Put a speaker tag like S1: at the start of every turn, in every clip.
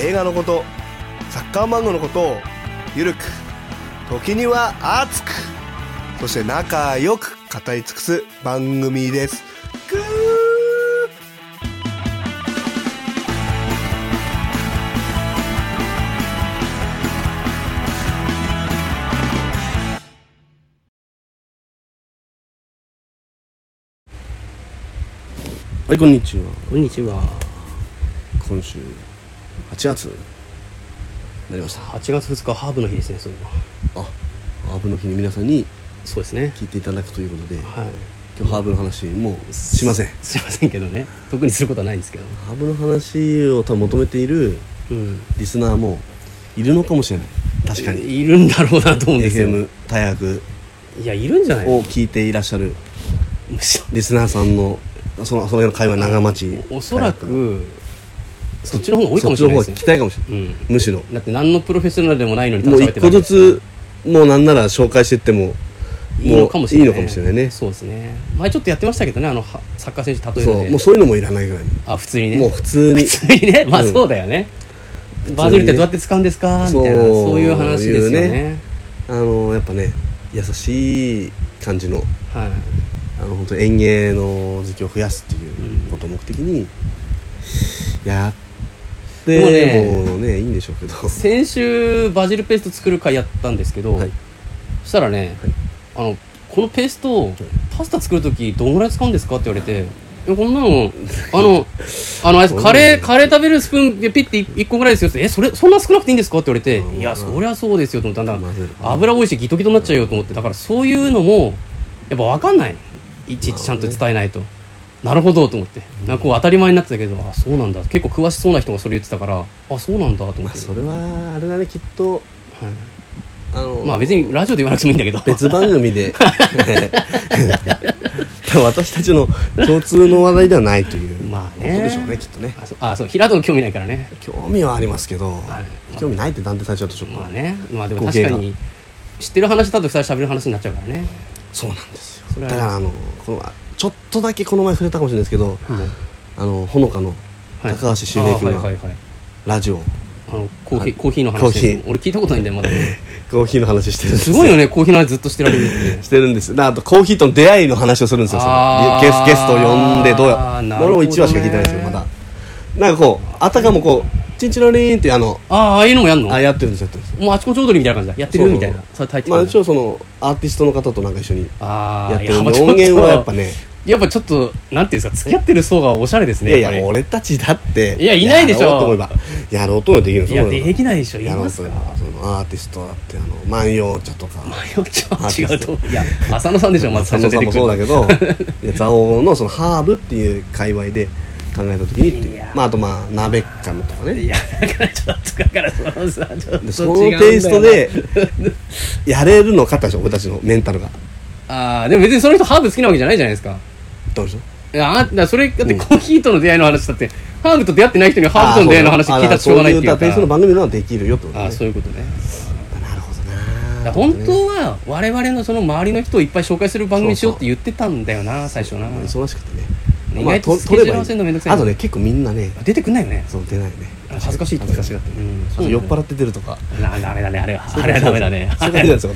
S1: 映画のことサッカー漫画のことをゆるく時には熱くそして仲良く語り尽くす番組ですぐー
S2: はい、こんにちは。
S3: こんにちは。
S2: 今週、8月、なりました。
S3: 8月2日ハーブの日ですね。そういえば
S2: あ、ハーブの日に皆さんに
S3: そうですね。
S2: 聞いていただくということで、
S3: はい。
S2: 今日ハーブの話、もうしません。
S3: すいませんけどね。特にすることはないんですけど。
S2: ハーブの話を多分求めている
S3: うん。
S2: リスナーもいるのかもしれない。確かに。
S3: いるんだろうなと思うんですよ。
S2: FM 大学
S3: いやいるんじゃない
S2: を。聞いていらっしゃる
S3: むし
S2: リスナーさんの、その、その辺の会話、長町。
S3: ろおそら
S2: 大学、
S3: くそっちの方が多いか
S2: そ
S3: も
S2: っち
S3: しれ
S2: の
S3: な
S2: 方
S3: い
S2: が
S3: で
S2: 聞き
S3: すね。
S2: たいかもしれ
S3: う
S2: ない。
S3: ん。
S2: むしろ。
S3: だって何のプロフェッショナルでもないのにただ
S2: もう
S3: 喋って
S2: 一
S3: る
S2: 個
S3: わけで
S2: ず
S3: すから
S2: つ、もうなんなら紹介してっても、
S3: いいのかもしれない。
S2: もういいのかもしれないね。
S3: そうですね。前ちょっとやってましたけどね。あのはサッカー選手例え
S2: そ
S3: ば
S2: う
S3: で
S2: もうそういうのもいらないぐらい、
S3: あ普通にね。
S2: もう普 通に
S3: 普通にね。まあそうだよね。バズルってどうやって使うんですかみたいな
S2: そう
S3: そういう話ですよ
S2: いう
S3: ね
S2: ね。あのやっぱね優しい感じの
S3: はい。
S2: あの本当園芸の時期を増やすっていうことを目的にやって
S3: も
S2: も
S3: う
S2: う
S3: ね
S2: ねいいんでしょうけど
S3: 先週バジルペースト作る会やったんですけど、
S2: はい
S3: そしたらね、あのこのペーストをパスタ作る時どんぐらい使うんですかって言われてえこんなのあのあのあれですカレーカレー食べるスプーンでピッて1個ぐらいですよってえそれそんな少なくていいんですかって言われて、
S2: うん
S3: いやそりゃそうですよと思ったんだ、
S2: まずい
S3: 油多いしギトギトになっちゃうよと思ってだからそういうのもやっぱ分かんないいちいちちゃんと伝えないと。なるほどと思ってなんかこう当たり前になってたけどあそうなんだ結構詳しそうな人がそれ言ってたからあそうなんだと思って、
S2: まあそれはあれだねきっと
S3: はい
S2: あの、
S3: まあ別にラジオで言わなくてもいいんだけど
S2: 別番組 で私たちの共通の話題ではないという
S3: まあ
S2: こと
S3: ね
S2: でしょうねきっとね
S3: あそうあそう平戸の興味ないからね
S2: 興味はありますけど、
S3: い
S2: 興味ないって断定されちゃうとちょっと、
S3: まあねまあでも
S2: 語
S3: 確
S2: 弊
S3: か
S2: が
S3: に知ってる話だと二人喋る話になっちゃうからね
S2: そうなんです
S3: そ
S2: よ
S3: れ
S2: だ
S3: は
S2: からあのこのちょっとだけこの前触れたかもしれないですけど、
S3: はい
S2: あのほのかの高橋周平君
S3: あはい
S2: が
S3: はいはい
S2: ラジオ、
S3: あのコーヒー、
S2: はい
S3: コーヒーの
S2: コ
S3: 話
S2: ーヒー
S3: 俺聞いたことないんだよま だ
S2: コーヒーの話してるんです
S3: すごいよねコーヒーの話ずっとしてられるって
S2: してるんですなあとコーヒーとの出会いの話をするんですよそ
S3: あー
S2: のゲスゲストを呼んでどう
S3: あ
S2: や
S3: ーなるほ
S2: 俺
S3: どね
S2: も1話しか聞いてないですよまだなんかこうあたかもこうチンチロリーンってあの
S3: ああああいうのもやんの
S2: あやってるんですやってるんです
S3: もうあちこち踊りみたいな感じだやって
S2: そ
S3: る
S2: う
S3: みたいなそれ入ってく
S2: まあ
S3: るん
S2: 一
S3: だ
S2: 応そのアーティストの方となんか一緒に
S3: ああ
S2: やってる
S3: い
S2: ん
S3: まあ
S2: で
S3: ちょっ
S2: 音
S3: と
S2: 源はやっぱね
S3: やっぱちょっとなんていうんですか付き合ってる層がおしゃれです
S2: い
S3: ね
S2: やいや
S3: っぱり
S2: 俺たちだって
S3: いやいないでしょ
S2: やろうと思えばやろうと思えばできるんです
S3: い
S2: よ
S3: や
S2: これは
S3: できないでしょい
S2: やろう
S3: ます
S2: と
S3: か
S2: 思えばそのアーティストだってあの万葉茶とか
S3: 迷っちゃう違うと思ういや浅野さんでしょまず
S2: 佐
S3: 最初
S2: 藤
S3: 出
S2: さん
S3: てく
S2: も
S3: る
S2: そうだけど いや蔵王のそのハーブっていう界隈で考えた時にってい
S3: いうや
S2: まああとまあ鍋かむとか
S3: い
S2: ね
S3: やだからちょっとだからそのさちょっと違うんだよ
S2: で
S3: な
S2: そのテイストでやれるのかって話俺たちのメンタルが
S3: ああでも別にその人ハーブ好きなわけじゃないじゃないですか
S2: どうでしょう
S3: いやあだからそれだってコーヒーとの出会いの話だって、ハーブと出会ってない人にハーブとの出会いの話聞いたらしょうがないっていう
S2: あそうだからそういうテイストの番組ならできるよってこと
S3: ああ
S2: ね
S3: ーそういうことね
S2: なるほど
S3: だか
S2: な
S3: ら本当は我々のその周りの人をいっぱい紹介する番組にしようって言ってたんだよな最初な
S2: 忙しくてね
S3: 意
S2: まあ
S3: 外と
S2: と
S3: スケジュール
S2: 撮ればいい
S3: 合わせるのめんどくさいな
S2: あとね結構みんなね
S3: 出てくんないよね
S2: そう出ないね
S3: 恥ずかしいって
S2: 恥ずかしがってね
S3: うん
S2: あと酔っ払って出るとか
S3: なダメだねあれはあれはダメだね
S2: それダメなんですよ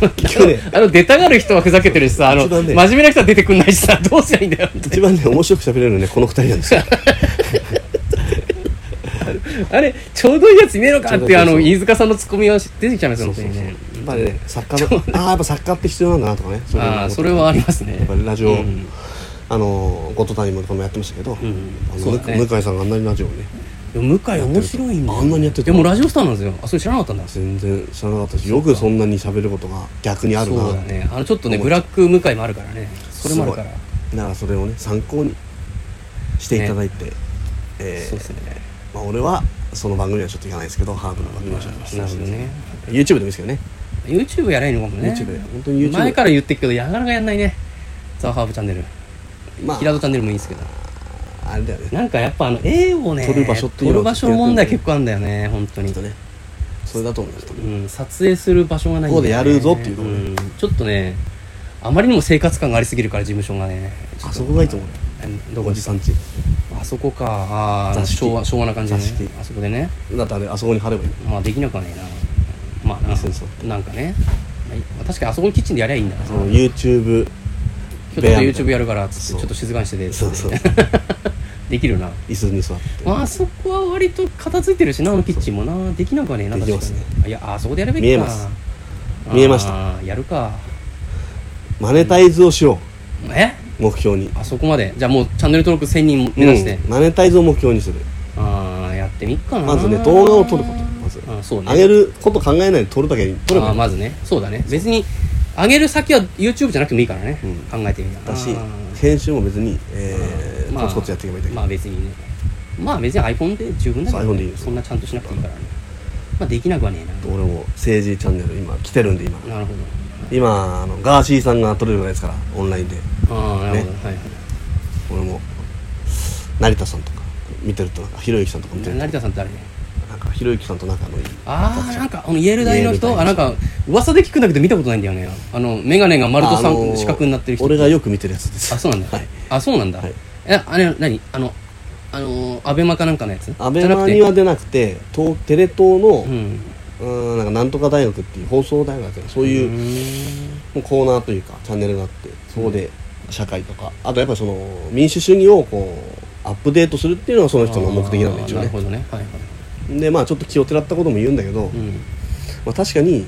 S2: 本当に結局ね
S3: あの出たがる人はふざけてるしさあの、
S2: 一番ね
S3: 真面目な人は出てくんないしさどうすりゃいいんだよって
S2: 一番ね面白く喋れる のねこの二人なんですよ
S3: あれちょうどいいやついねえのかっ
S2: ち
S3: て
S2: ょうどいい
S3: あ
S2: そう
S3: の飯塚さんのツッコミが出てきちゃいます
S2: そ
S3: よ
S2: うそうそう
S3: 本当にね
S2: やっぱりね作家のああやっぱ作家って必要なんだなとかねそういうの
S3: ああそれはありますね
S2: やっぱりラジオ、
S3: うん
S2: あの後藤谷もこれもやってましたけど、あの
S3: そうだね
S2: 向向井さんがあんなにラジオをね
S3: でも向井面白いんだよ
S2: あんなにやって
S3: で
S2: た
S3: もラジオスターなんですよあそれ知らなかったんだそう
S2: 全然知らなかったしよくそんなに喋ることが逆にあるな
S3: だねあのちょっとねブラック向井もあるからねそれもあるから
S2: すごいだからそれをね参考にしていただいて、えー
S3: そうですね
S2: まあ、俺はその番組はちょっといかないですけどハーブの番組はちょっと
S3: なるほどね
S2: YouTube でもいいですけどね
S3: YouTube やらないのかもね
S2: YouTube や本当に YouTube
S3: 前から言ってるけどなかなかやんないねザ・ハーブチャンネル
S2: まあ
S3: キラドチャンネルもいいんですけど
S2: あれだよね
S3: なんかやっぱあの絵をね
S2: 撮る場所っていうの
S3: 撮る
S2: は
S3: 場所問題結構あるんだよね本当
S2: き
S3: に
S2: っとねそれだと思います多分
S3: うん、撮影する場所がないんだよね
S2: ここでやるぞっていうところ
S3: ん、ちょっとねあまりにも生活感がありすぎるから事務所がねちょっと
S2: あそこがいいと思う
S3: えどこ
S2: おじさんち
S3: あそこかあー
S2: 座敷
S3: 昭和昭和な感じで、ね
S2: 座敷、
S3: あそこでね
S2: だってあれあそこに貼ればいい
S3: まあできなくはねえなまあな
S2: そうそう
S3: なんかねまあ確かにあそこのキッチンでやりゃいいんだな
S2: そ
S3: 今
S2: の YouTube
S3: 日ちょっと YouTube やるからっつっ
S2: そう
S3: てちょっと静かにしてて
S2: そうそう
S3: できるな
S2: 椅子に座って
S3: まあそこは割と片付いてるしなあのキッチンもなできなくはねえな
S2: できますね
S3: 確かにいやあそこでやるべきか
S2: 見えます見えました
S3: あーやるか
S2: マネタイズをしよ
S3: え
S2: う目標に
S3: あそこまでじゃあもうチャンネル登録1000人目指して、
S2: うんマネタイズを目標にする
S3: ああやってみっかな
S2: まずね動画を撮ることまず
S3: あそうね
S2: 上げること考えないで撮るだけに撮れば
S3: あ
S2: い
S3: ー
S2: い
S3: まずねそうだね別に上げる先は YouTube じゃなくてもいいからね、
S2: うん
S3: 考えてみたら
S2: だし
S3: あ
S2: 編集も別に、え
S3: ー
S2: ー
S3: まあ
S2: コツコツやっていけばいいだけ、
S3: まあ別にねまあ別に iPhone で十分だから、
S2: そう iPhone でいいです
S3: そんなちゃんとしなくていいからねまあできなくはねえ
S2: 俺も政治チャンネル今来てるんで今
S3: ななるほ
S2: 今あのガーシーさんが撮れるぐらいですからオンラインで
S3: どああなるほど、はい
S2: 俺も成田さんとか見てるとなんかひろゆきさんとか見て
S3: はい
S2: る
S3: 成田さんって誰
S2: となんかひろゆきさんと仲のいい
S3: ああなんかあのイエール大の
S2: イエール
S3: 人
S2: 大
S3: あなんか噂で聞くんだけど見たことないんだよねあの眼鏡が丸と
S2: あ
S3: 三
S2: あのー
S3: 四角になってる人
S2: 俺がよく見てるやつです
S3: あそうなんだ、
S2: はい
S3: あそうなんだ、
S2: はい
S3: えあれ何あのあのーアベマかなんかのやつ
S2: アベマに
S3: じゃな
S2: は
S3: くて
S2: 出なくて東テレ東の、
S3: う
S2: うんーん、なんかなんとか大学っていう放送大学そういう、もうコーナーというかチャンネルがあってそこで社会とかあとやっぱりその民主主義をこうアップデートするっていうのがその人の目的なんで
S3: あー
S2: 一応
S3: なる
S2: ね
S3: ほどねはいはい、
S2: でまあちょっと気をてらったことも言うんだけど、
S3: うん、
S2: まあ、確かに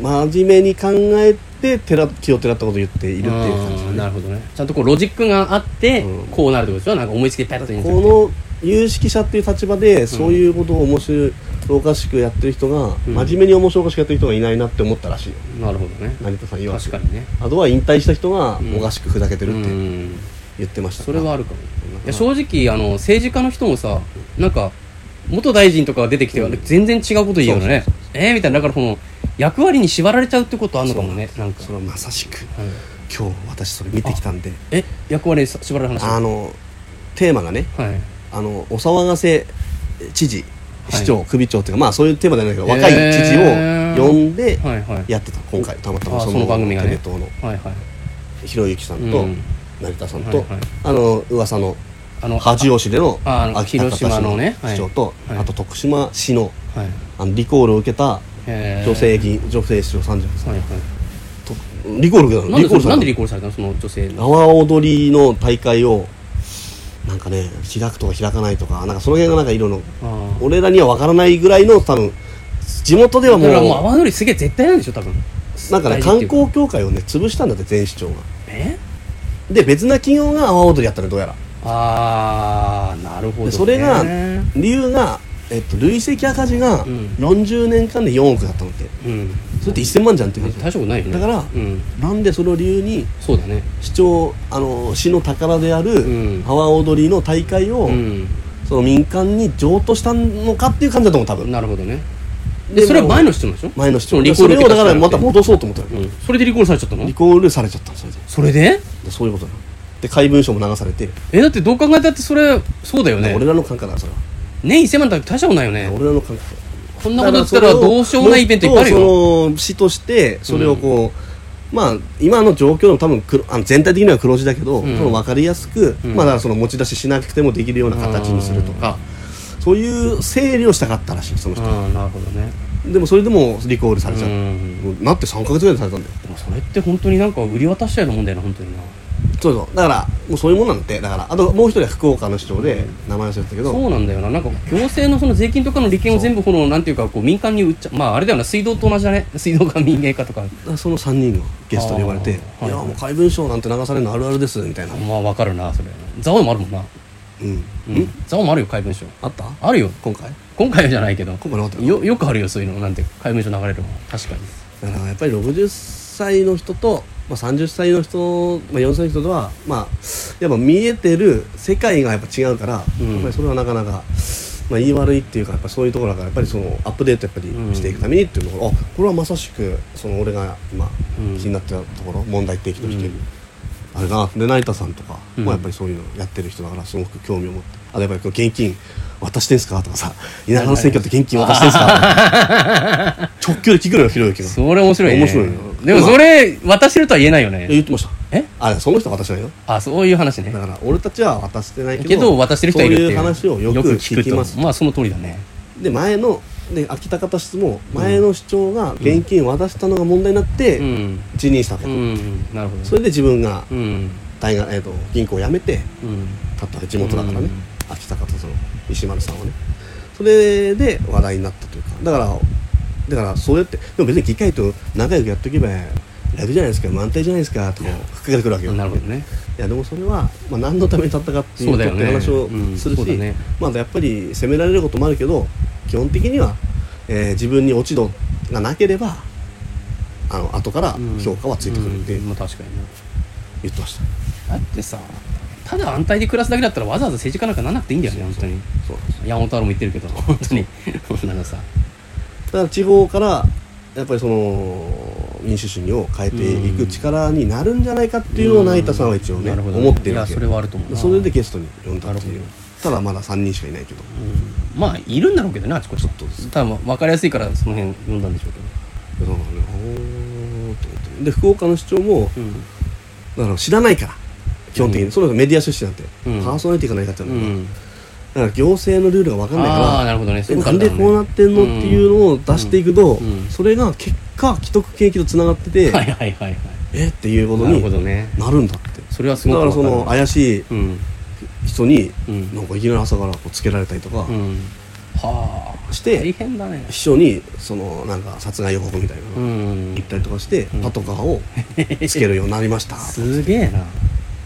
S2: 真面目に考えててら気をてらったことを言っているっていう感じ
S3: あーな
S2: だね
S3: るほどねちゃんとこうロジックがあって、
S2: うん
S3: こうなるってことでしょなんか思いつきでペッと言うんじゃなくて
S2: この有識者っていう立場でそういうことを面白おかしくやってる人が、
S3: うん
S2: 真面目に面白おかしくやってる人がいないなって思ったらしいよ
S3: なるほどね
S2: 成田さん言わ
S3: 確かにね
S2: あとは引退した人が
S3: うん
S2: おかしくふざけて
S3: う
S2: るって
S3: ん
S2: 言ってました
S3: そ
S2: か
S3: れ
S2: ら、
S3: はあるかも
S2: うん
S3: いや正直あの政治家の人もさなんか元大臣とかが出てきて、全然違うこと言うよね
S2: そう
S3: えー、みたいなだからこの役割に縛られちゃうってことあるのかもねなんか
S2: それはまさしく
S3: はい
S2: 今日私それ見てきたんで
S3: え役割に縛られる話
S2: あのテーマがね
S3: はい
S2: あのお騒がせ知事
S3: はい
S2: 市長、首長っていうかまあそういうテーマじゃないけど若い知事
S3: へー
S2: を呼んで
S3: はいはい
S2: やってた今回たまたま
S3: あその番組がね
S2: テレ東の
S3: はいはい
S2: ひろゆきさんと
S3: うん
S2: 成田さんと、
S3: はいはい
S2: あの噂の
S3: あの
S2: 八王子での
S3: ああの
S2: 秋田
S3: 広島のねはい
S2: 市長と、
S3: はい
S2: あと徳島市の
S3: はい
S2: あのリコールを受けた
S3: へー
S2: 女性議員、女性市長30歳
S3: はいは
S2: とリコール受け
S3: い
S2: たの
S3: なんでそれ
S2: された
S3: なんでリコールされたのその女性の
S2: 縄踊りの大会をなんかね開くとか開かないとかなんかその辺がなんかいろいろ
S3: あー
S2: 俺らには分からないぐらいの多分地元ではもう
S3: だからもう阿波踊りすげえ絶対なんでしょ多分
S2: なんかね
S3: 大事
S2: 観
S3: っていう
S2: 光協会をね潰したんだって全市長が
S3: え
S2: で別な企業が阿波踊りやったのどうやら
S3: ああなるほど、
S2: で
S3: ね、
S2: それが
S3: うん
S2: 理由が、えっと、累積赤字が
S3: うん
S2: 40年間で4億だったのってそれって1000万じゃんって感じ
S3: 大したことないよね
S2: だから
S3: うん
S2: なんでそれを理由に
S3: そうだね
S2: 市長あの市の宝であ
S3: う
S2: る
S3: ん
S2: 阿波踊りの大会を、
S3: うん
S2: その民間に譲渡したのかっていう感じだと思う多分
S3: なるほどね
S2: で
S3: でそれは前の人なんでしょ
S2: 前の市
S3: そ
S2: 長
S3: リコー
S2: そ
S3: ル
S2: れ
S3: 受け
S2: を
S3: た人
S2: だから
S3: じゃな
S2: ま
S3: くて
S2: た戻そうと思ったの
S3: うんそれでリコールされちゃったの
S2: リコールされちゃったのそれで
S3: それで
S2: でそういうことなので怪文書も流されて、
S3: えだってどう考えたってそれそうだよね
S2: 俺らの感覚だそれは
S3: 年1000万だって大したことないよね
S2: 俺らの感覚
S3: こんなことだったらどうしようもないイベントいっぱいある
S2: も
S3: よ
S2: とその市としてそれをこう、まあ今の状況でも多分黒あの全体的には黒字だけど、
S3: うん
S2: その分かりやすく、
S3: うん
S2: まあだからその持ち出ししなくてもできるような形にするとかそういう整理をしたかったらしいその
S3: あ
S2: 人
S3: ーなるほどね
S2: でもそれでもリコールされちゃう、
S3: うん
S2: もうなって3か月ぐらいでされたんだよ
S3: でもそれって本当になんか売り渡したようなもんだよな本当にな
S2: そうそうだからもうそういうもんなんてだからあともう一人は福岡の市長で名前忘れてたけど
S3: そうなんだよななんか行政のその税金とかの利権を全部このなんていうかこう民間に売っちゃまああれだよな水道と同じだね水道が民営化とか
S2: だからその3人がゲストで呼ばれて「
S3: あーはい
S2: いやもう怪文書なんて流されるのあるあるです」みたいな
S3: まあわかるなそれ蔵王もあるもんな
S2: うん、
S3: うん蔵王もあるよ怪文書
S2: あった
S3: あるよ
S2: 今回
S3: 今回はじゃないけど
S2: 今回なかったよ
S3: よよくあるよそういうのなんて怪文書流れるもん確かに
S2: だからやっぱり60歳の人と、まあ、30歳の人、まあ、40歳の人とは、まあ、やっぱ見えてる世界がやっぱ違うから、
S3: うん
S2: やっぱりそれはなかなかまあ、言い悪いっていうかやっぱそういうところだからやっぱりそのアップデートやっぱりしていくためにっていうところ、あこれはまさしくその俺が今
S3: うん
S2: 気になってたところ、問題提起として、
S3: うん
S2: あれだなで成田さんとか
S3: うん
S2: もやっぱりそういうのやってる人だからすごく興味を持ってあとやっぱりこう現金渡してんすかとかさ田舎の選挙って現金渡してんすか直球で聞くのよひろゆきが
S3: それ面白いね
S2: 面白いよ
S3: でもそれ渡してるとは言えないよ
S2: え
S3: ね
S2: 言ってました
S3: え
S2: あその人は渡してないよ
S3: あそういう話ね
S2: だから俺たちは渡してないけど
S3: けど渡してる人はいるっていう
S2: そういう話をよく聞きます
S3: とまあその通りだね
S2: で前ので秋田方室も前の市長が現金を渡したのが問題になっ
S3: う
S2: て
S3: ん
S2: 辞任したわけ、
S3: うんなるほど
S2: それで自分が
S3: うん
S2: 大学、えー、と銀行を辞めて
S3: うん
S2: たった地元だからね、
S3: うん
S2: 秋田方その石丸さんはねそれで話題になったというかだからだからそうやってでも別に議会と仲良くやっておけば楽じゃないですか満点じゃないですかとか吹っかけてくるわけよ
S3: なるほどね
S2: いやでもそれは、まあ、何のために立ったかってい
S3: そううだよね
S2: 話をするし、
S3: うんそうだね
S2: まあ、やっぱり責められることもあるけど基本的には、えー自分に落ち度がなければあの後から
S3: うん
S2: 評価はついてくるって
S3: うんまあ確かにね
S2: 言ってました、
S3: だってさただ安泰で暮らすだけだったらわざわざ政治家なんかならなくていいんだよね本当に
S2: そうなんです
S3: 山本太郎も言ってるけど本当にそんなの さ
S2: だから地方からやっぱりその民主主義を変えていく力になるんじゃないかっていうのを成田さんは一応ね、
S3: なるほど
S2: 思ってるわけ
S3: いやそれはあると思うな
S2: それでゲストに呼んだってい
S3: なる
S2: う
S3: ほ
S2: ただまだ3人しかいないけど
S3: うんまあいるんだろうけどねあちこちょっと多分分かりやすいからその辺読んだんでしょうけど
S2: そうなのよおーっと思ってで福岡の市長も、
S3: うん
S2: だから知らないから基本的に、
S3: うん
S2: その人メディア出身なんて、
S3: うん
S2: パーソナリティがないかって
S3: う
S2: なるから、
S3: ん
S2: だから行政のルールが分かんない
S3: ああー
S2: か
S3: なるほどね
S2: らえなんでこうなってんのっていう
S3: を
S2: のを出していくと、
S3: うんうん
S2: それが結果既得権益とつながってて、
S3: はいはいはいはい
S2: えっていうこと
S3: なる
S2: に
S3: ほどね
S2: なるんだって
S3: それはす
S2: だ
S3: ご
S2: か
S3: く
S2: ら
S3: わ
S2: そ
S3: る
S2: の怪しい
S3: うん
S2: 人に、
S3: うん
S2: なんかいきなり朝からこうつけられたりとか
S3: うんはあ
S2: して、
S3: 大変だね
S2: 秘書にそのなんか殺害予告みたいなの
S3: う
S2: が
S3: ん
S2: 行ったりとかして、
S3: ん
S2: パトカーをつけるようになりました
S3: すげえな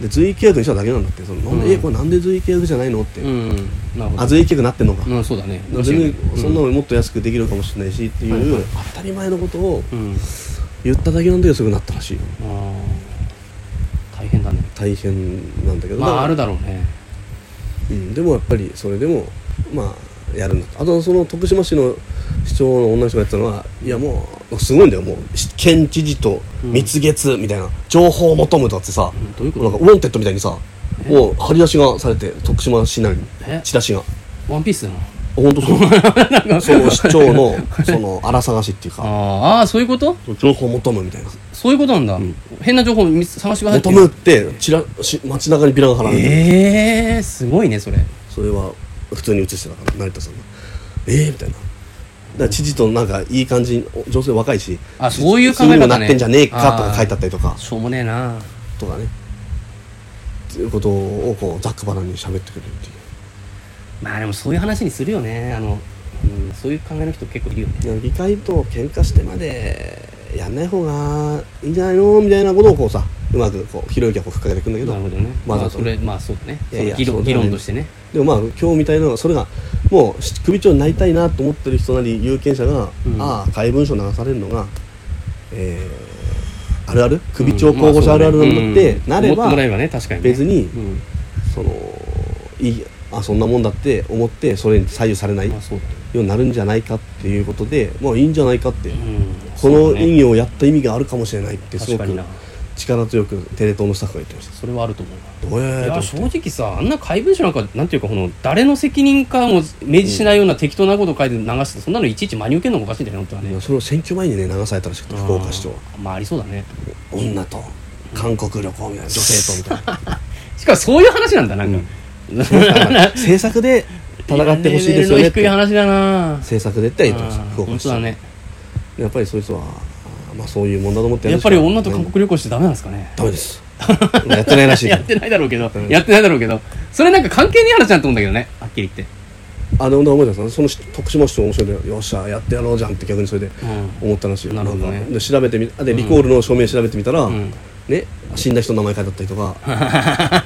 S2: で随意契約にしただけなんだってその、なん
S3: うん
S2: でえこれなんで随意契約じゃないのって、
S3: うんなるほど
S2: あ随意契約になってんのか、
S3: うんそうだね
S2: 全然そんなのもっと安くできるかもしれないしっていう、
S3: はいはい
S2: 当たり前のことを
S3: うん
S2: 言っただけなんだけどすぐなったらしいよ
S3: あー大変だね
S2: 大変なんだけど、
S3: まあある
S2: だか
S3: だろうね
S2: ら、うん、でもやっぱりそれでもまあやるんだとあとその徳島市の市長の女の人がやってたのはいやもうすごいんだよもうし県知事と蜜月みたいな、情報を求むとかってさ、
S3: うんどういう
S2: なん
S3: こ
S2: かウォンテッドみたいにさもう張り出しがされて徳島市内に
S3: え
S2: チラシが。
S3: とワンピースだな
S2: 本当そうその市 長のその荒探しっていうか
S3: あーあーそういうこと
S2: 情報を求むみたいな
S3: そういうことなんだ変な情報を見つ探してくださいって
S2: 求むってちらし街中にビラが張られてる、
S3: ええすごいねそれ
S2: それは普通に映してたから成田さんがええみたいなだから知事となんかいい感じにお女性若いし
S3: あそういう考え方ね
S2: にもなってんじゃねえかとか書いてあったりとか
S3: しょうもねえな
S2: とかねっていうことをこうざっくばらんに喋ってくれるっていう
S3: まあでもそういう話にするよねあの、うん、そういう考えの人結構いるよね
S2: いや議会と喧嘩してまでやんない方がいいんじゃないのみたいなことをこうさうまくこうひろゆきはこう吹っかけてくんだけど
S3: なるほどねま
S2: まあ
S3: あ、
S2: だと
S3: それまあそうだね
S2: いやいや
S3: その議
S2: そう
S3: 論
S2: だ
S3: 議
S2: ね
S3: 論としてね
S2: でもまあ今日みたいなのがそれがもうし首長になりたいなと思ってる人なり有権者が、
S3: うん
S2: ああ怪文書流されるのが、えーあるある首長候補者あるあるなんだって、
S3: まあそうねうん思っても
S2: な
S3: らえ
S2: れば
S3: ばね確かにね
S2: 別に
S3: うん
S2: そのいいあそんなもんだって思ってそれに左右されないよ
S3: まあそうだね
S2: うになるんじゃないかっていうことでもういいんじゃないかって、
S3: うん
S2: こ
S3: そ
S2: の
S3: うだね
S2: 引用をやった意味があるかもしれないってす
S3: 確
S2: ご
S3: かに
S2: く
S3: な
S2: 力強くテレ東のスタッフが言ってました
S3: それはあると思うな
S2: どうや
S3: い
S2: ー
S3: や
S2: っ
S3: 正直さあんな怪文書なんかなんていうかこの誰の責任かも明示しないような適当なこと書いて流してそんなのいちいち真に受けるのもおかしいんだよね本当は
S2: て
S3: ね
S2: それを選挙前にね流されたらしくて福岡市長は
S3: まあありそうだね
S2: 女と韓国旅行みたいな女性とみたい
S3: しかもそういう話なんだなんか、
S2: な政策で戦ってほしいですよね
S3: レ
S2: っ
S3: ベルの低い話
S2: て
S3: だな
S2: 政策でって言ってました
S3: あー
S2: 福岡
S3: 本
S2: 市
S3: 当
S2: 長
S3: だね
S2: やっぱりそういう人はあーまあそういうもんだと思って
S3: やっぱり女と韓
S2: 旅
S3: 国旅行してダメなんですかね
S2: ダメです やってないらしい
S3: やってないだろうけど、
S2: うん
S3: やってないだろうけどそれなんか関係ねえ話だと思うんだけどねはっきり言って
S2: あでも思い出したその徳島市長面白いんだよよっしゃやってやろうじゃんって逆にそれで
S3: うん
S2: 思ったらしいよ
S3: なるほどね
S2: んかで調べてみあでリコールの証明調べてみたら、
S3: ん
S2: ね死んだ人の名前書いてあったり とか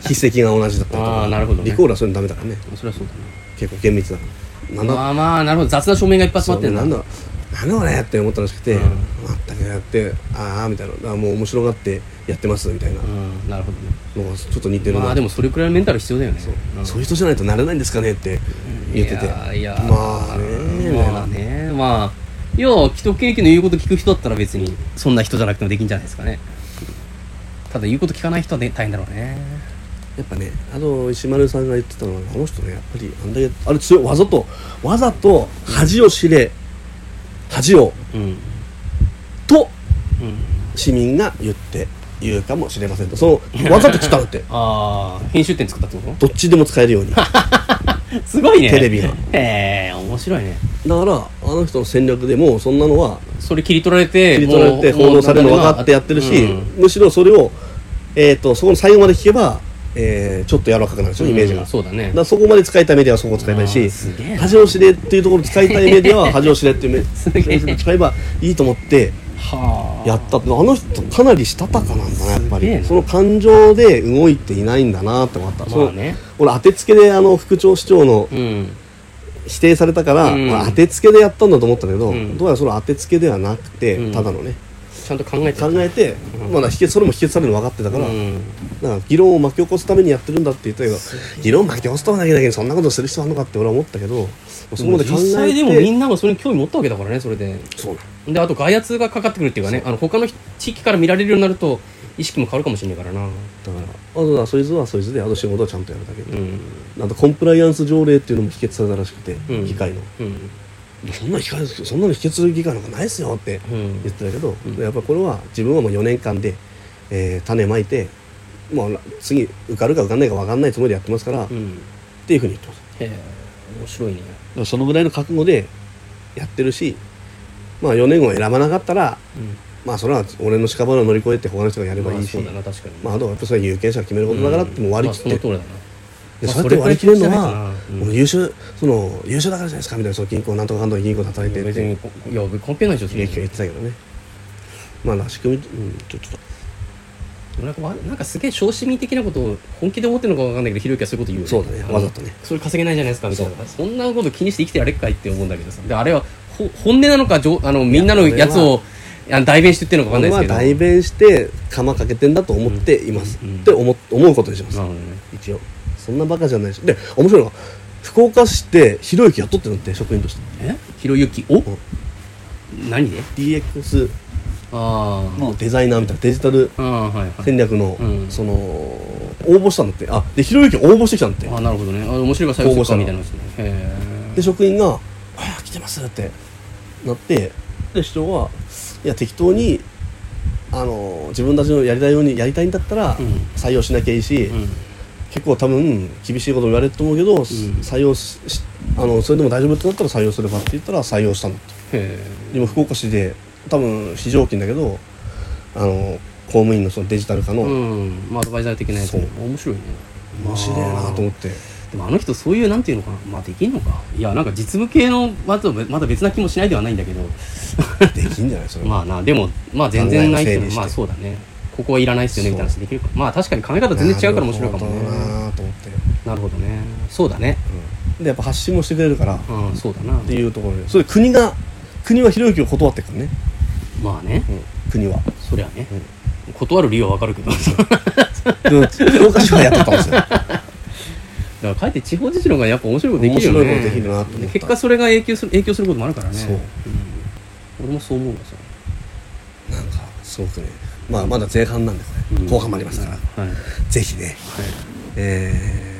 S2: 筆跡が同じだったりと
S3: あ
S2: か
S3: ーなるほどね
S2: リコールはそれダメだからね
S3: それはそうだね
S2: 結構厳密だからなんだ
S3: まあまあなるほど雑な証明がいっぱい集まってんだ
S2: なんだなんだこれって思ったらしくて、
S3: うん
S2: あったけどやってああみたいなあーもう面白がってやってますみたいな
S3: うんなるほどね
S2: のがちょっと似てるな、
S3: まあでもそれくらいのメンタル必要だよねうん
S2: そういう人じゃないとなれないんですかねって言ってて
S3: いやいや
S2: まあね
S3: まあねまあいや既得権益の言うこと聞く人だったら別にそんな人じゃなくてもできんじゃないですかねただ言うこと聞かない人はね大変だろうね
S2: やっぱねあの石丸さんが言ってたのはあの人ねやっぱりあんだけあれ強いわざとわざと恥を知れ恥を
S3: うんうん
S2: と市民が言って言うかもしれませんとそのわざと使うって
S3: ああ編集点作ったってこ
S2: どっちでも使えるようにだか
S3: とすごいね
S2: テレビが
S3: へえ面白いね
S2: らあの人の戦略でもうそんなのは
S3: それ切り取られて
S2: 切り取られて
S3: もう
S2: 報道されるの分かってやってるし、
S3: うん
S2: むしろそれを、えー、とそこの最後まで聞けば、えーちょっと柔らかくなるでしょイメージが、
S3: うんそうだね
S2: だからそこまで使いたいメディアはそこを使いたい
S3: あー
S2: し
S3: すげえな
S2: 恥を知れっていうところを使いたいメディア は恥を知れっていうメメ
S3: げえ
S2: デ ィアを使えばいいと思って
S3: はあ
S2: やったってあの人かなりしたたかなんだなやっぱ
S3: すげえ
S2: り
S3: な
S2: その感情で動いていないんだなって思った、そ
S3: まあ
S2: の
S3: ね
S2: 俺当てつけであの副長市長の
S3: うん
S2: 否定されたから、
S3: うん
S2: まあ当てつけでやったんだと思ったけど、
S3: うん
S2: どうやらその当てつけではなくて、
S3: うん
S2: ただのね
S3: ちゃんと考えて
S2: 考えて、まだ否決それも否決されるの分かってた
S3: う
S2: から、
S3: ん
S2: なんか議論を巻き起こすためにやってるんだって言ったけど議論を巻き起こすためだけだけどそんなことする必要あるのかって俺は思ったけどそこまで考えて
S3: 実際でもみんながそれに興味持ったわけだからねそれで
S2: そうなの
S3: であと外圧がかかってくるっていうかねあの他の人地域から見られるようになると意識も変わるかもしれないからな
S2: だからあとはそいつはそいつであと仕事はちゃんとやるだけ
S3: う
S2: で、
S3: ん
S2: あとコンプライアンス条例っていうのも否決されたらしくて、
S3: うん
S2: 議会の
S3: うん
S2: そんなの議会そんなの否決する議会なんかないですよって
S3: うん
S2: 言ってたけど、やっぱこれは自分はもう4年間で、えー種まいてもう次受かるか受かんないか分かんないつもりでやってますから、
S3: う
S2: っ
S3: ん
S2: ていうふうに言ってます
S3: へえ面白いね
S2: だからそのぐらいの覚悟でやってるし、まあ、4年後選ばなかったら、まあ、それは俺の屍を乗り越えて他の人がやれば
S3: ま
S2: い
S3: あ
S2: いし、
S3: そうだ
S2: ま
S3: な確かに
S2: あ、あとはやっぱそれは有権者が決めることだからってもう割り切
S3: まあ
S2: って、
S3: その通りだな
S2: で
S3: まあ
S2: そうやって割り切れるのは、
S3: それくらい
S2: もう優秀その優秀だからじゃないですかみたいなその銀行なんとかかんとか銀行叩いてって
S3: 別にこいや関係ないでしょそれ
S2: 言ってたけどねまあな仕組み、うん、ちょっと
S3: なんかわなんかすげえ小市民的なことを本気で思ってるのかわかんないけどひろゆきはそういうこと言うよ
S2: そうだね
S3: ん
S2: わざとね
S3: それ稼げないじゃないですかみたいなそんなこと気にして生きてられっかいって思うんだけどさであれはほ本音なのかじょあのみんなのやつをあの代弁して言ってるのかわか
S2: 俺
S3: んない
S2: は
S3: ですけど
S2: 代弁して釜かけてんだと思っています、
S3: うんうん
S2: って思思うことにします、
S3: なるほどね
S2: 一応そんなバカじゃないしで面白いのが福岡市ってひろゆき雇ってるんだって職員として
S3: えひろゆきお何で
S2: DX
S3: あー
S2: のデザイナーみたいなデジタル
S3: ああはいはい
S2: 戦略の、
S3: うん
S2: その応募したんだってあでひろゆき応募してきたんだって
S3: あーなるほどねあ面白いから採用するかみたいな話ねへ
S2: で職員が「ああ来てます」ってなってで市長はいや適当にあの自分たちのやりたいようにやりたいんだったら
S3: うん
S2: 採用しなきゃいいし、
S3: えうん
S2: 結構多分厳しいことも言われると思うけど、採用ししあのそれでも大丈夫ってなったら採用すればって言ったら採用したんだって
S3: へ
S2: 今福岡市で多分非常勤だけどあの公務員のそのデジタル化の、
S3: えうんまあアドバイザー的なやつ
S2: そう
S3: 面白いね
S2: 面白いなと思って
S3: でもあの人そういうなんていうのかなまあできんのかいやなんか実務系のまだまだ別な気もしないではないんだけど
S2: できんじゃないそれ は
S3: まあなでもまあ全然ないっていうのは
S2: 考え
S3: ま
S2: を整理
S3: あ
S2: して
S3: そうだねここはいらないっすよねみたいな話できるかまあ確かに考え方全然違うから面白いかも
S2: なるほど
S3: ね
S2: なと思って、
S3: なるほどねそうだね
S2: うんでやっぱ発信もしてくれるから、
S3: うんそうだな
S2: っていうところでそれ国が国はひろゆきを断ってるからね、
S3: まあね
S2: うん、国 は
S3: そりゃね断る理由はわかるけどだか
S2: で福岡市はやってたんですよ
S3: らかえって地方自治の方がやっぱ面白いことできるよ
S2: 面白い
S3: ね
S2: ことできるなと思った
S3: 結果それが影響する影響することもあるからね
S2: そうん
S3: 俺もそう思うわさ
S2: なんかすごくねまあまだ前半なんでこれ、後半もありますから、
S3: はい
S2: ぜひね、えー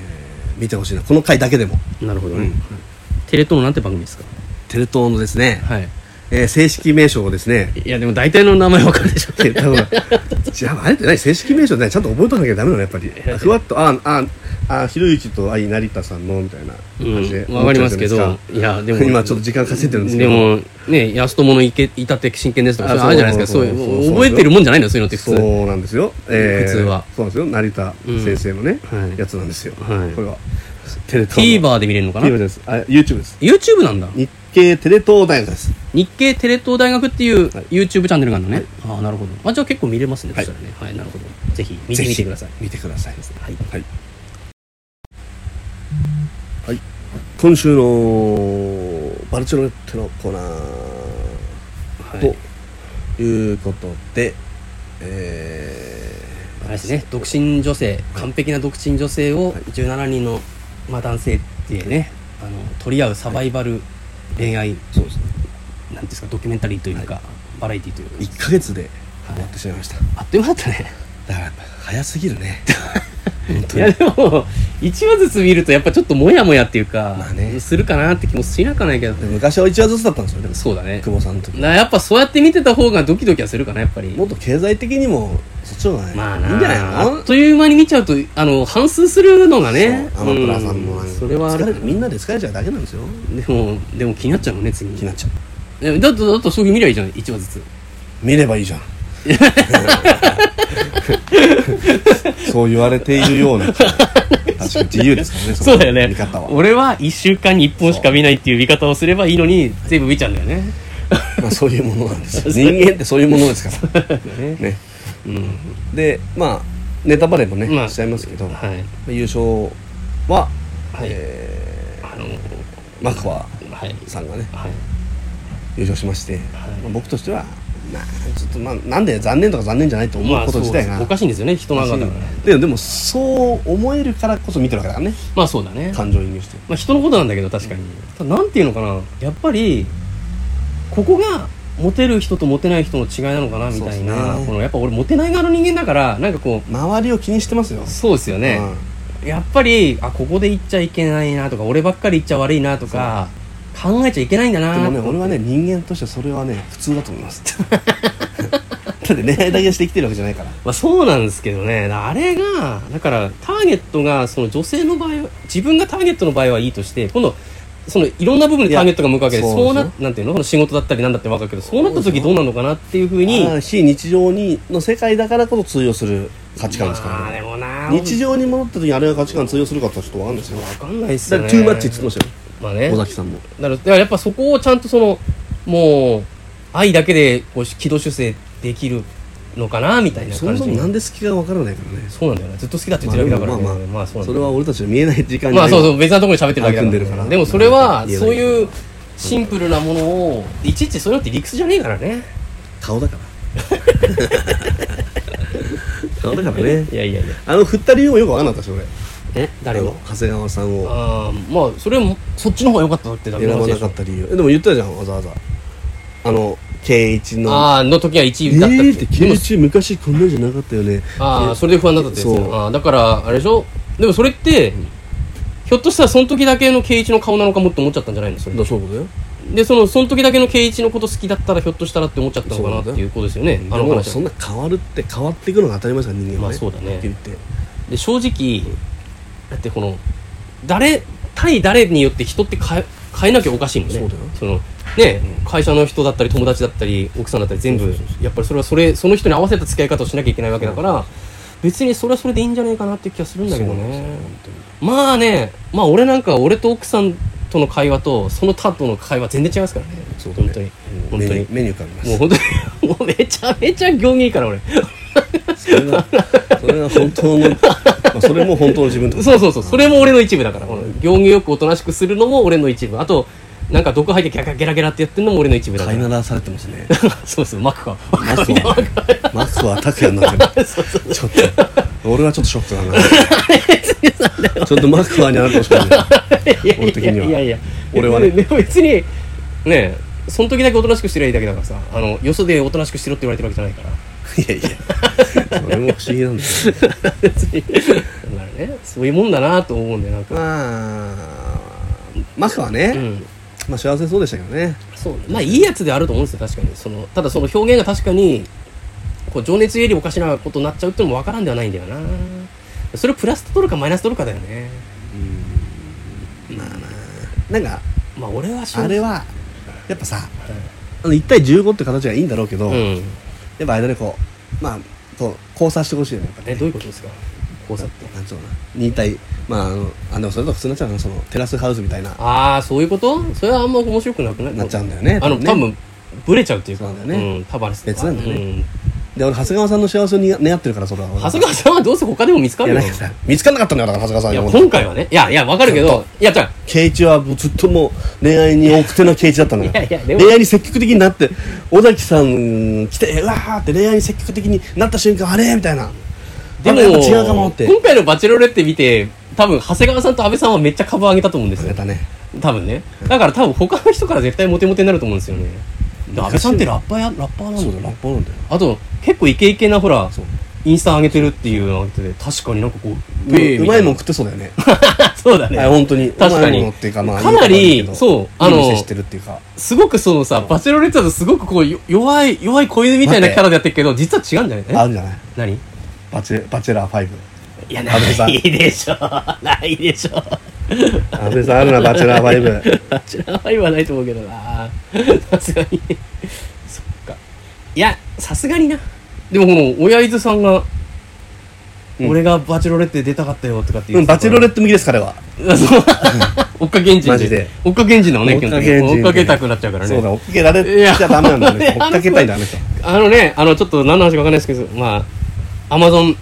S2: 見てほしいなこの回だけでも
S3: なるほどね、
S2: うん
S3: テレ東のなんて番組ですか
S2: テレ東のですね、
S3: はい
S2: えー正式名称をですね
S3: いやでも大体の名前わかる でしょ
S2: え多 分じゃああれって何正式名称ってちゃんと覚えとかなきゃダメなのやっぱりふわっとあああひろゆきとあい成田さんのみたいな感じで
S3: うんわかりますけど
S2: 思っちゃうじゃないで
S3: いや
S2: すか
S3: でも
S2: 今ちょっと時間稼いでるんです
S3: で
S2: けど
S3: もね安友のいけいたって真剣ですとか
S2: あ
S3: そういうのあるじゃないですか
S2: そ
S3: そうう
S2: そう
S3: い
S2: そうそう
S3: う覚えてるもんじゃないのよそういうのって普
S2: そ
S3: 通
S2: うなんですよ、
S3: 普通は
S2: そうなんですよ成田先生のね、
S3: うんはい
S2: やつなんですよ、
S3: はい
S2: これはテレ東の
S3: TVer で見れるのかな
S2: TVer ですあ YouTube です
S3: YouTube なんだ
S2: 日経テレ東大学です
S3: 日経テレ東大学っていう
S2: はい
S3: YouTube チャンネルがあるのね、ああなるほどあじゃあ結構見れますね、そしたらねはいなるほどぜひ見てみてください
S2: 見てください
S3: はい、
S2: はい、はい、今週のバルチェロレッテのコーナー
S3: はい
S2: と、いうことで、え
S3: あれですね独身女性完璧な独身女性を17人の、まあ、男性でねあの取り合うサバイバル恋愛、
S2: ー、そうですね。
S3: なんていうんですかドキュメンタリーというか、バラエティというか
S2: 1ヶ月で終わってしまいました。
S3: あっという間だったね
S2: だからやっぱ早すぎるね。本
S3: い
S2: 当
S3: や
S2: に。
S3: でも1話ずつ見るとやっぱちょっとモヤモヤっていうか、
S2: まあね
S3: するかなって気もしなくはないけど
S2: で昔は1話ずつだったんですよ、でも
S3: そうだね
S2: 久保さんの時。
S3: なやっぱそうやって見てた方がドキドキはするかなやっぱり
S2: もっと経済的にもそっちの方がね
S3: まあない
S2: いんじゃない
S3: あ
S2: の
S3: っという間に見ちゃうとあの反数するのがね
S2: そうアマプラさんもなん
S3: う
S2: か
S3: それはあ
S2: 疲
S3: る
S2: れみんなで疲れちゃうだけなんですよ
S3: でもでも気になっちゃうもんね次
S2: 気になっちゃう
S3: えだとだとそういう見りゃいいじゃん1話ずつ
S2: 見ればいいじゃ んそう言われているような気が確かに自由ですからねの
S3: そうだよね
S2: 見方は、
S3: 俺は1週間に1本しか見ないっていう見方をすればいいのに全部見ちゃうんだよね
S2: まあ、そういうものなんですよ人間ってそういうものですから ねでまあネタバレもね、
S3: まあ
S2: しちゃいますけど、
S3: はい
S2: 優勝は、
S3: はい、
S2: え
S3: あの
S2: ーマクファ
S3: はい
S2: ーさんがね
S3: はい
S2: 優勝しまして、
S3: はい
S2: まあ、僕としては、まあ、ちょっとまあなんで残念とか残念じゃないと思うこと自体が、
S3: そうおかしいんですよね人の中だから
S2: でもでもそう思えるからこそ見てるわけだからね
S3: まあそうだね
S2: 感情移入して
S3: まあ、人のことなんだけど確かに、ただなんていうのかなやっぱりここがモテる人とモテない人の違いなのかなみたい
S2: そう
S3: な、
S2: ですね
S3: このやっぱ俺モテない側の人間だからなんかこ
S2: 周りを気にしてますよ
S3: うそうですよね、やっぱりあここで行っちゃいけないなとか俺ばっかり行っちゃ悪いなとか考えちゃいけないんだ
S2: う、
S3: なん
S2: でもね俺はね人間としてそれはね普通だと思 いますだって恋愛だけして生きてるわけじゃないから
S3: まあ、そうなんですけどねあれがだからターゲットがその女性の場合は自分がターゲットの場合はいいとして今度そのいろんな部分でターゲットが向くわけで
S2: いや
S3: そうな
S2: そうで
S3: なんていうのその仕事だったりなんだって分かるけどそうなった時どうなるのかなっていうふうに
S2: あー非日常にの世界だからこそ通用する価値観ですから
S3: まあ
S2: ね
S3: でもな
S2: 日常に戻った時にあれが価値観通用するかってちょっとわかんないですよ
S3: 分かんないっす
S2: だ
S3: よ
S2: か
S3: ね
S2: らトゥーマッチっつってましたよ
S3: まあね
S2: 尾崎さんも
S3: だからだからやっぱそこをちゃんとそのもう愛だけでこう軌道修正できるのかなみたいな
S2: そも
S3: 感じ
S2: そもなんで好きかわからないからね
S3: そうなんだよねずっと好きだって言ってるだけだからね
S2: まあでもまあまあ
S3: そうなんだよ
S2: それは俺たちの見えない時間に
S3: まあそうそう別なところで喋ってるだけだから,、
S2: 組んでるから
S3: でもそれは
S2: 言えない
S3: そういうシンプルなものをいちいちそれって理屈じゃねえからね
S2: 顔だから 顔だからね
S3: いやいやいや
S2: あの振った理由もよくわかんなかったし俺
S3: え誰
S2: あ
S3: を
S2: の長谷川さんを
S3: ああまあそれもそっちの方が良かったってだけ
S2: 選
S3: の
S2: ば
S3: 話で
S2: な
S3: し
S2: か
S3: ょ
S2: った理由えでも言ったじゃんわざわざあの圭一の
S3: ああの時は1
S2: え
S3: 位だった
S2: ーって
S3: で
S2: 圭
S3: も
S2: 一昔こんなんじゃなかったよね
S3: ああそれで不安だったってやつ
S2: そう
S3: ああだからあれでしょでもそれって、ひょっとしたらその時だけの圭一の顔なのかもって思っちゃったんじゃないのそれ
S2: だそうだよ
S3: でそのその時だけの圭一のこと好きだったらひょっとしたらって思っちゃったのかなっていうことですよねあ
S2: で
S3: の
S2: も
S3: 話
S2: そんな変わるって変わっていくのが当たり前ですから人間は
S3: まあ
S2: ね
S3: そうだね
S2: はっきり言って
S3: で正直だってこの誰対誰によって人って変え変えなきゃおかしいのね
S2: そうだよ
S3: そのね、会社の人だったり友達だったり奥さんだったり全部やっぱりそれはそれその人に合わせた付き合い方をしなきゃいけないわけだから別にそれはそれでいいんじゃないかなって気がするんだけど
S2: そうなんですよ
S3: ねまあねまあ俺なんかは俺と奥さんとの会話とその他との会話全然違いますからね
S2: そうだね
S3: 本当に
S2: もう
S3: 本当に
S2: メニューメニューからます
S3: もう本当にもうめちゃめちゃ行儀いいから俺
S2: それがそれが本当の まあそれも本当の自分ってこと
S3: そうそうそう、それも俺の一部だから、この行儀よくおとなしくするのも俺の一部。あと、なんか毒吐いてギャギャゲラゲラってやってるのも俺の一部だか
S2: 飼いな
S3: ら。
S2: らされてますね
S3: そうそう、マックか。
S2: マスクはマスクは拓也になってるちょっと俺はちょっとショックだ なちょっとマクファーになってほしくない俺的には
S3: やいやい
S2: い
S3: やいやいや、
S2: 俺はね
S3: でも別に、ねえ、その時だけおとなしくしてりゃいいだけだからさ、あの、よそでおとなしくしろって言われてるわけじゃないから。
S2: いやいや、それも不思議なんですよ。
S3: 別にだからね、そういうもんだなと思うんで、なんか。
S2: まあ、マスはね、
S3: うん。
S2: まあ幸せそうでしたけどね。
S3: そうねまあいいやつであると思うんですよ確かにそのただその表現が確かにこう情熱ゆえにおかしなことになっちゃうってのも分からんではないんだよなそれをプラスと取るかマイナス取るかだよね
S2: なんか、
S3: まあ俺は正直
S2: あれは、やっぱさ、あの1対15って形がいいんだろうけど、
S3: う
S2: やっ
S3: ん
S2: ぱ間でこう、まあ、こう、交差してほしいよね、やっぱ
S3: え
S2: ね。
S3: どういうことですか交差って
S2: なんつうのかな。2対、まあ、あの、あでもそれとか普通になっちゃうな、その、テラスハウスみたいな、
S3: ああそういうことそれはあんま面白くなくない
S2: なっちゃうんだよね。
S3: あの
S2: ね
S3: 多分ブレちゃうっていうか
S2: そうなんだよね
S3: ん、タバレスとか
S2: 別なんだよね
S3: うん
S2: で俺長谷川さんの幸せをに願ってるからそれは
S3: 長谷川さんはどうせ他でも見つかるよ
S2: いやなんか見つからなかったんだよだから長
S3: い
S2: 谷
S3: や
S2: 川さん
S3: 今回はねいやいやわかるけどいやじゃあ
S2: 圭一はもうずっともう恋愛に奥手な圭一だったんだから
S3: いやいやでも
S2: 恋愛に積極的になって尾崎さん来てうわーって恋愛に積極的になった瞬間あれみたいな
S3: でも
S2: あれやっぱ違うかもって
S3: 今回の「バチェロレッテ」見て多分長谷川さんと安倍さんはめっちゃ株上げたと思うんです
S2: や
S3: よ
S2: ったね
S3: 多分ねだから多分他の人から絶対モテモテになると思うんですよねで安倍さんってラッパーやラッパーな
S2: そ
S3: ん
S2: う
S3: だ
S2: だよ
S3: な
S2: ラッパーなんだよ
S3: あと結構イケイケなほら
S2: そう
S3: インスタ上げてるっていうのがあって確かになんかこう
S2: うまいもん
S3: ん
S2: 食ってそうだよね
S3: そうだね
S2: はい本当に
S3: 確かに
S2: うまいものっていうかまあ
S3: かなり
S2: いいとこ
S3: そう
S2: あ
S3: あ
S2: の
S3: の
S2: いい店してるっていうか
S3: すごくそのさバチェロレッテだとすごくこうよ弱い弱い子犬みたいなキャラでやってるけど実は違うんじゃない
S2: あ
S3: え
S2: るんじゃない
S3: 何い
S2: バチェバチェラー5
S3: や
S2: 安倍さん
S3: ないでしょ ないでしょ
S2: 安倍さんあるなバチェラー5
S3: あちらははないと思うけどなさすがにそっかいやさすがになでもこの親伊豆さんが、
S2: うん
S3: 俺がバチェロレッテ出たかったよとかって言
S2: うんバチェロレ
S3: ッ
S2: ット向きです彼は
S3: テそう追っかけんじん
S2: マジで
S3: 追っかけんじんなのね
S2: 追っ
S3: 基本
S2: か
S3: 的
S2: けんじん
S3: に追
S2: で
S3: っかけたくなっちゃうから
S2: そうだ
S3: ね
S2: 追っかけられ
S3: い
S2: ち
S3: や
S2: ゃダメなんだね
S3: あ
S2: 追
S3: の
S2: っかけたいんだあの人
S3: あのねあのちょっと何の話か分かんないですけどまあアマゾン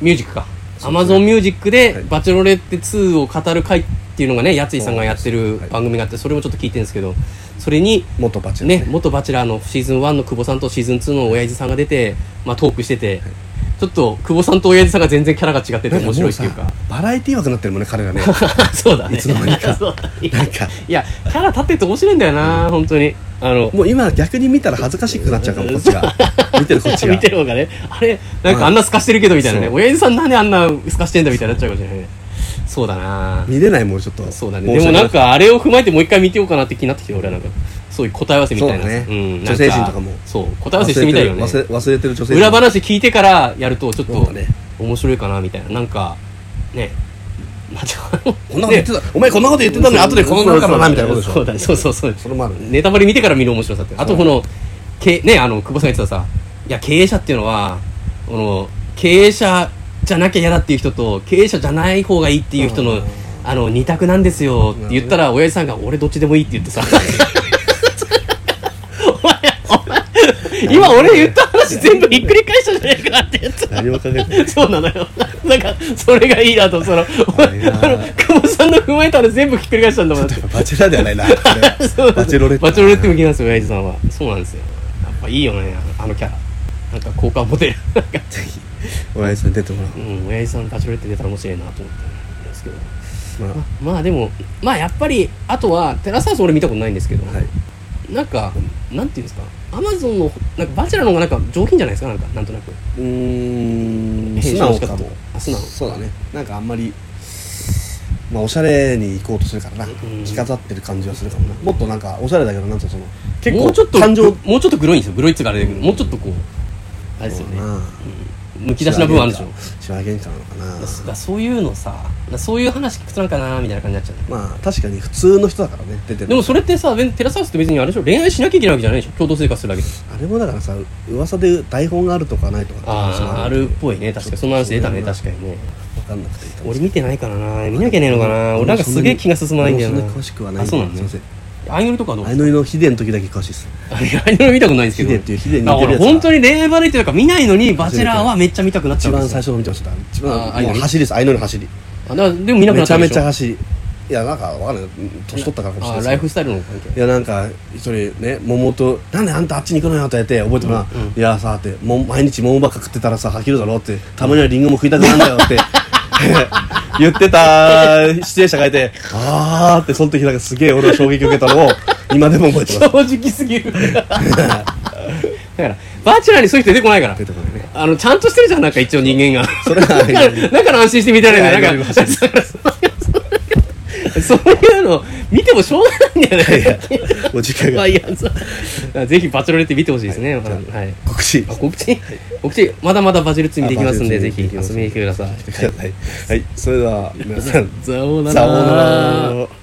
S3: ミュージックかアマゾンミュージック
S2: は
S3: で
S2: い
S3: 「バチェロレッテ2」を語る回っていうのがねやついさんがやってる
S2: はい
S3: 番組があってそれもちょっと聞いてるんですけどそれに
S2: 元バチェラー
S3: ね、元バチェラーのシーズン1の久保さんとシーズン2の親父さんが出て、まあ、トークしてて、ちょっと久保さんと親父さんが全然キャラが違ってて面白いっていう
S2: なん
S3: か
S2: も。さバラエティー枠になってるもんね彼がね
S3: そうだね。
S2: いつの間にか
S3: そうだね
S2: なんか
S3: いや、キャラ立ってて面白いんだよな、本当に。あの、
S2: もう今逆に見たら恥ずかしくなっちゃうかもこっちが見てるこっち が
S3: 見てる方がね、あれ、なんかあんな透かしてるけどみたいなね、
S2: そう
S3: 親父さんなんであんな透かしてんだみたいになっちゃうかもしれないね。そうだな。
S2: 見れないもうちょっと
S3: そうだね。でもなんかあれを踏まえてもう一回見てようかなって気になってきて、俺はなんか、そういう答え合わせみたいな。
S2: そうだね
S3: ん
S2: 女性陣とかも
S3: そう、答え合わせしてみたいよね。
S2: 忘れてる忘れ忘れてる女性
S3: 裏話聞いてからやるとちょっ
S2: そう
S3: と
S2: だね
S3: 面白いかなみたいななんかねなんていうの
S2: こんなこと言ってた、お前こんなこと言ってたのに後でこの中からなみたいなことでしょ
S3: そうだねそうそうそう
S2: それもあるね
S3: ネタバレ見てから見る面白さってあとこのけねあの久保さんが言ってたさいや経営者っていうのはこの経営者じゃなきゃ嫌だっていう人と経営者じゃない方がいいっていう人のあの二択なんですよって言ったら親父さんが俺どっちでもいいって言って さお前お前今俺言った話全部ひっくり返したじゃないかなって言って
S2: 何を考えてる
S3: そうなのよ。なんか、それがいいなと、そ の、あの、久保さんの踏まえたら全部ひっくり返したんだもん。
S2: バチェラーではないなこれ は
S3: そう
S2: バチェロレッテ
S3: バチェロレッテ向きなんですよ、親父さんは。そうなんですよ。やっぱいいよね、あのキャラ。なんか、好感持てる。なんか
S2: ぜひ親父さんに出てもら
S3: うん、親父さんバチェロレッテ出たら面白いなと思ったんですけど。
S2: おう、ま
S3: まあでも、まあやっぱり、あとは、テラスハウス俺見たことないんですけど、
S2: あはい、
S3: なんか、なんていうんですか、アマゾンの、なんかバチェラーの方がなんか上品じゃないですか、なんか、なんとなく。
S2: うーん
S3: 編集
S2: 素
S3: の
S2: 直
S3: 仕方
S2: かも
S3: あ素直
S2: そうだねなんかあんまりまあおしゃれに行こうとするからな、
S3: ん
S2: 着飾ってる感じはするかもなもっとなんかおしゃれだけどなんつうのその結構
S3: もうちょっと、
S2: 感情
S3: もうちょっとグロいんですよ、グロいっつうかあれだけど、もうちょっとこう、あれですよね。むき出しな部分あるでしょ
S2: しわげんかなのかな
S3: だからそういうのさだからそういう話聞くとなんかなーみたいな感じになっちゃう
S2: まあ確かに普通の人だからね出てる
S3: でもそれってさべんテラスハウスって別にあれでしょ恋愛しなきゃいけないわけじゃないでしょ共同生活するだけで
S2: あれもだからさ噂で台本があるとかないとかって話も
S3: ああるっぽいね確かにそんな話出たね確かにね
S2: 分かんなくていいと思う
S3: 俺見てないからな見なきゃねえのかな俺なんかすげえ気が進まないんだよな
S2: 俺もそんな詳しくはない
S3: あそうなん
S2: す
S3: で
S2: いますせ
S3: ね
S2: ん
S3: アイドルとかはどう
S2: 相乗りの秘伝の時だけ詳しいです
S3: あれアイドル見たことないんですけど
S2: ヒデっていうヒデに
S3: あ
S2: 似てる
S3: 俺
S2: やつが
S3: 本当に恋愛バレーというか見ないのにバチェラーはめっちゃ見たくなっちゃうん
S2: 一番
S3: ですよ
S2: 最初の見てました一
S3: あー
S2: 番もう走りです相乗りの走り
S3: あだからでも見なくな
S2: め
S3: っ
S2: ち
S3: た
S2: ゃ
S3: んで
S2: め
S3: し
S2: ち
S3: ょ
S2: ゃ走りいやなんか分かんない年取ったからかもしれな
S3: あ
S2: い
S3: ライ
S2: ですけ
S3: フ
S2: ど
S3: スタイルの関係
S2: いやなんか一人ね桃と「なんであんたあっちに行くのよ」って言って覚えてもらう
S3: うんうん
S2: いやさ」ってもう毎日桃ばっか食ってたらさ飽きるだろ」って「たまにはリンゴも食いたくなるんだよ」って 言ってた出演者がいて「あー」ってその時なんかすげえ俺は衝撃を受けたのを今でも覚えて
S3: 正
S2: ます
S3: 直すぎるだからバチェラーにそういう人出てこないから
S2: 出てこないね
S3: あの、ちゃんとしてるじゃん、なんか一応人間が。
S2: それは
S3: だから、だから安心して見てられない。
S2: いや
S3: なんか、
S2: いやい
S3: そういうの、見てもしょうがないんだよ
S2: いや
S3: ね。
S2: お時間
S3: ま
S2: が
S3: あいいや、そうぜひバチェロレって見てほしいですね。
S2: はい
S3: はい。
S2: 告知
S3: あ告知告知、まだまだバチェルツ見できますんで、
S2: あバ
S3: ぜ
S2: チェ
S3: ひ遊
S2: ルツ見できます
S3: びに来てください。
S2: はい、はい、それでは皆さん
S3: ザオーナ
S2: さようなら
S3: ラ。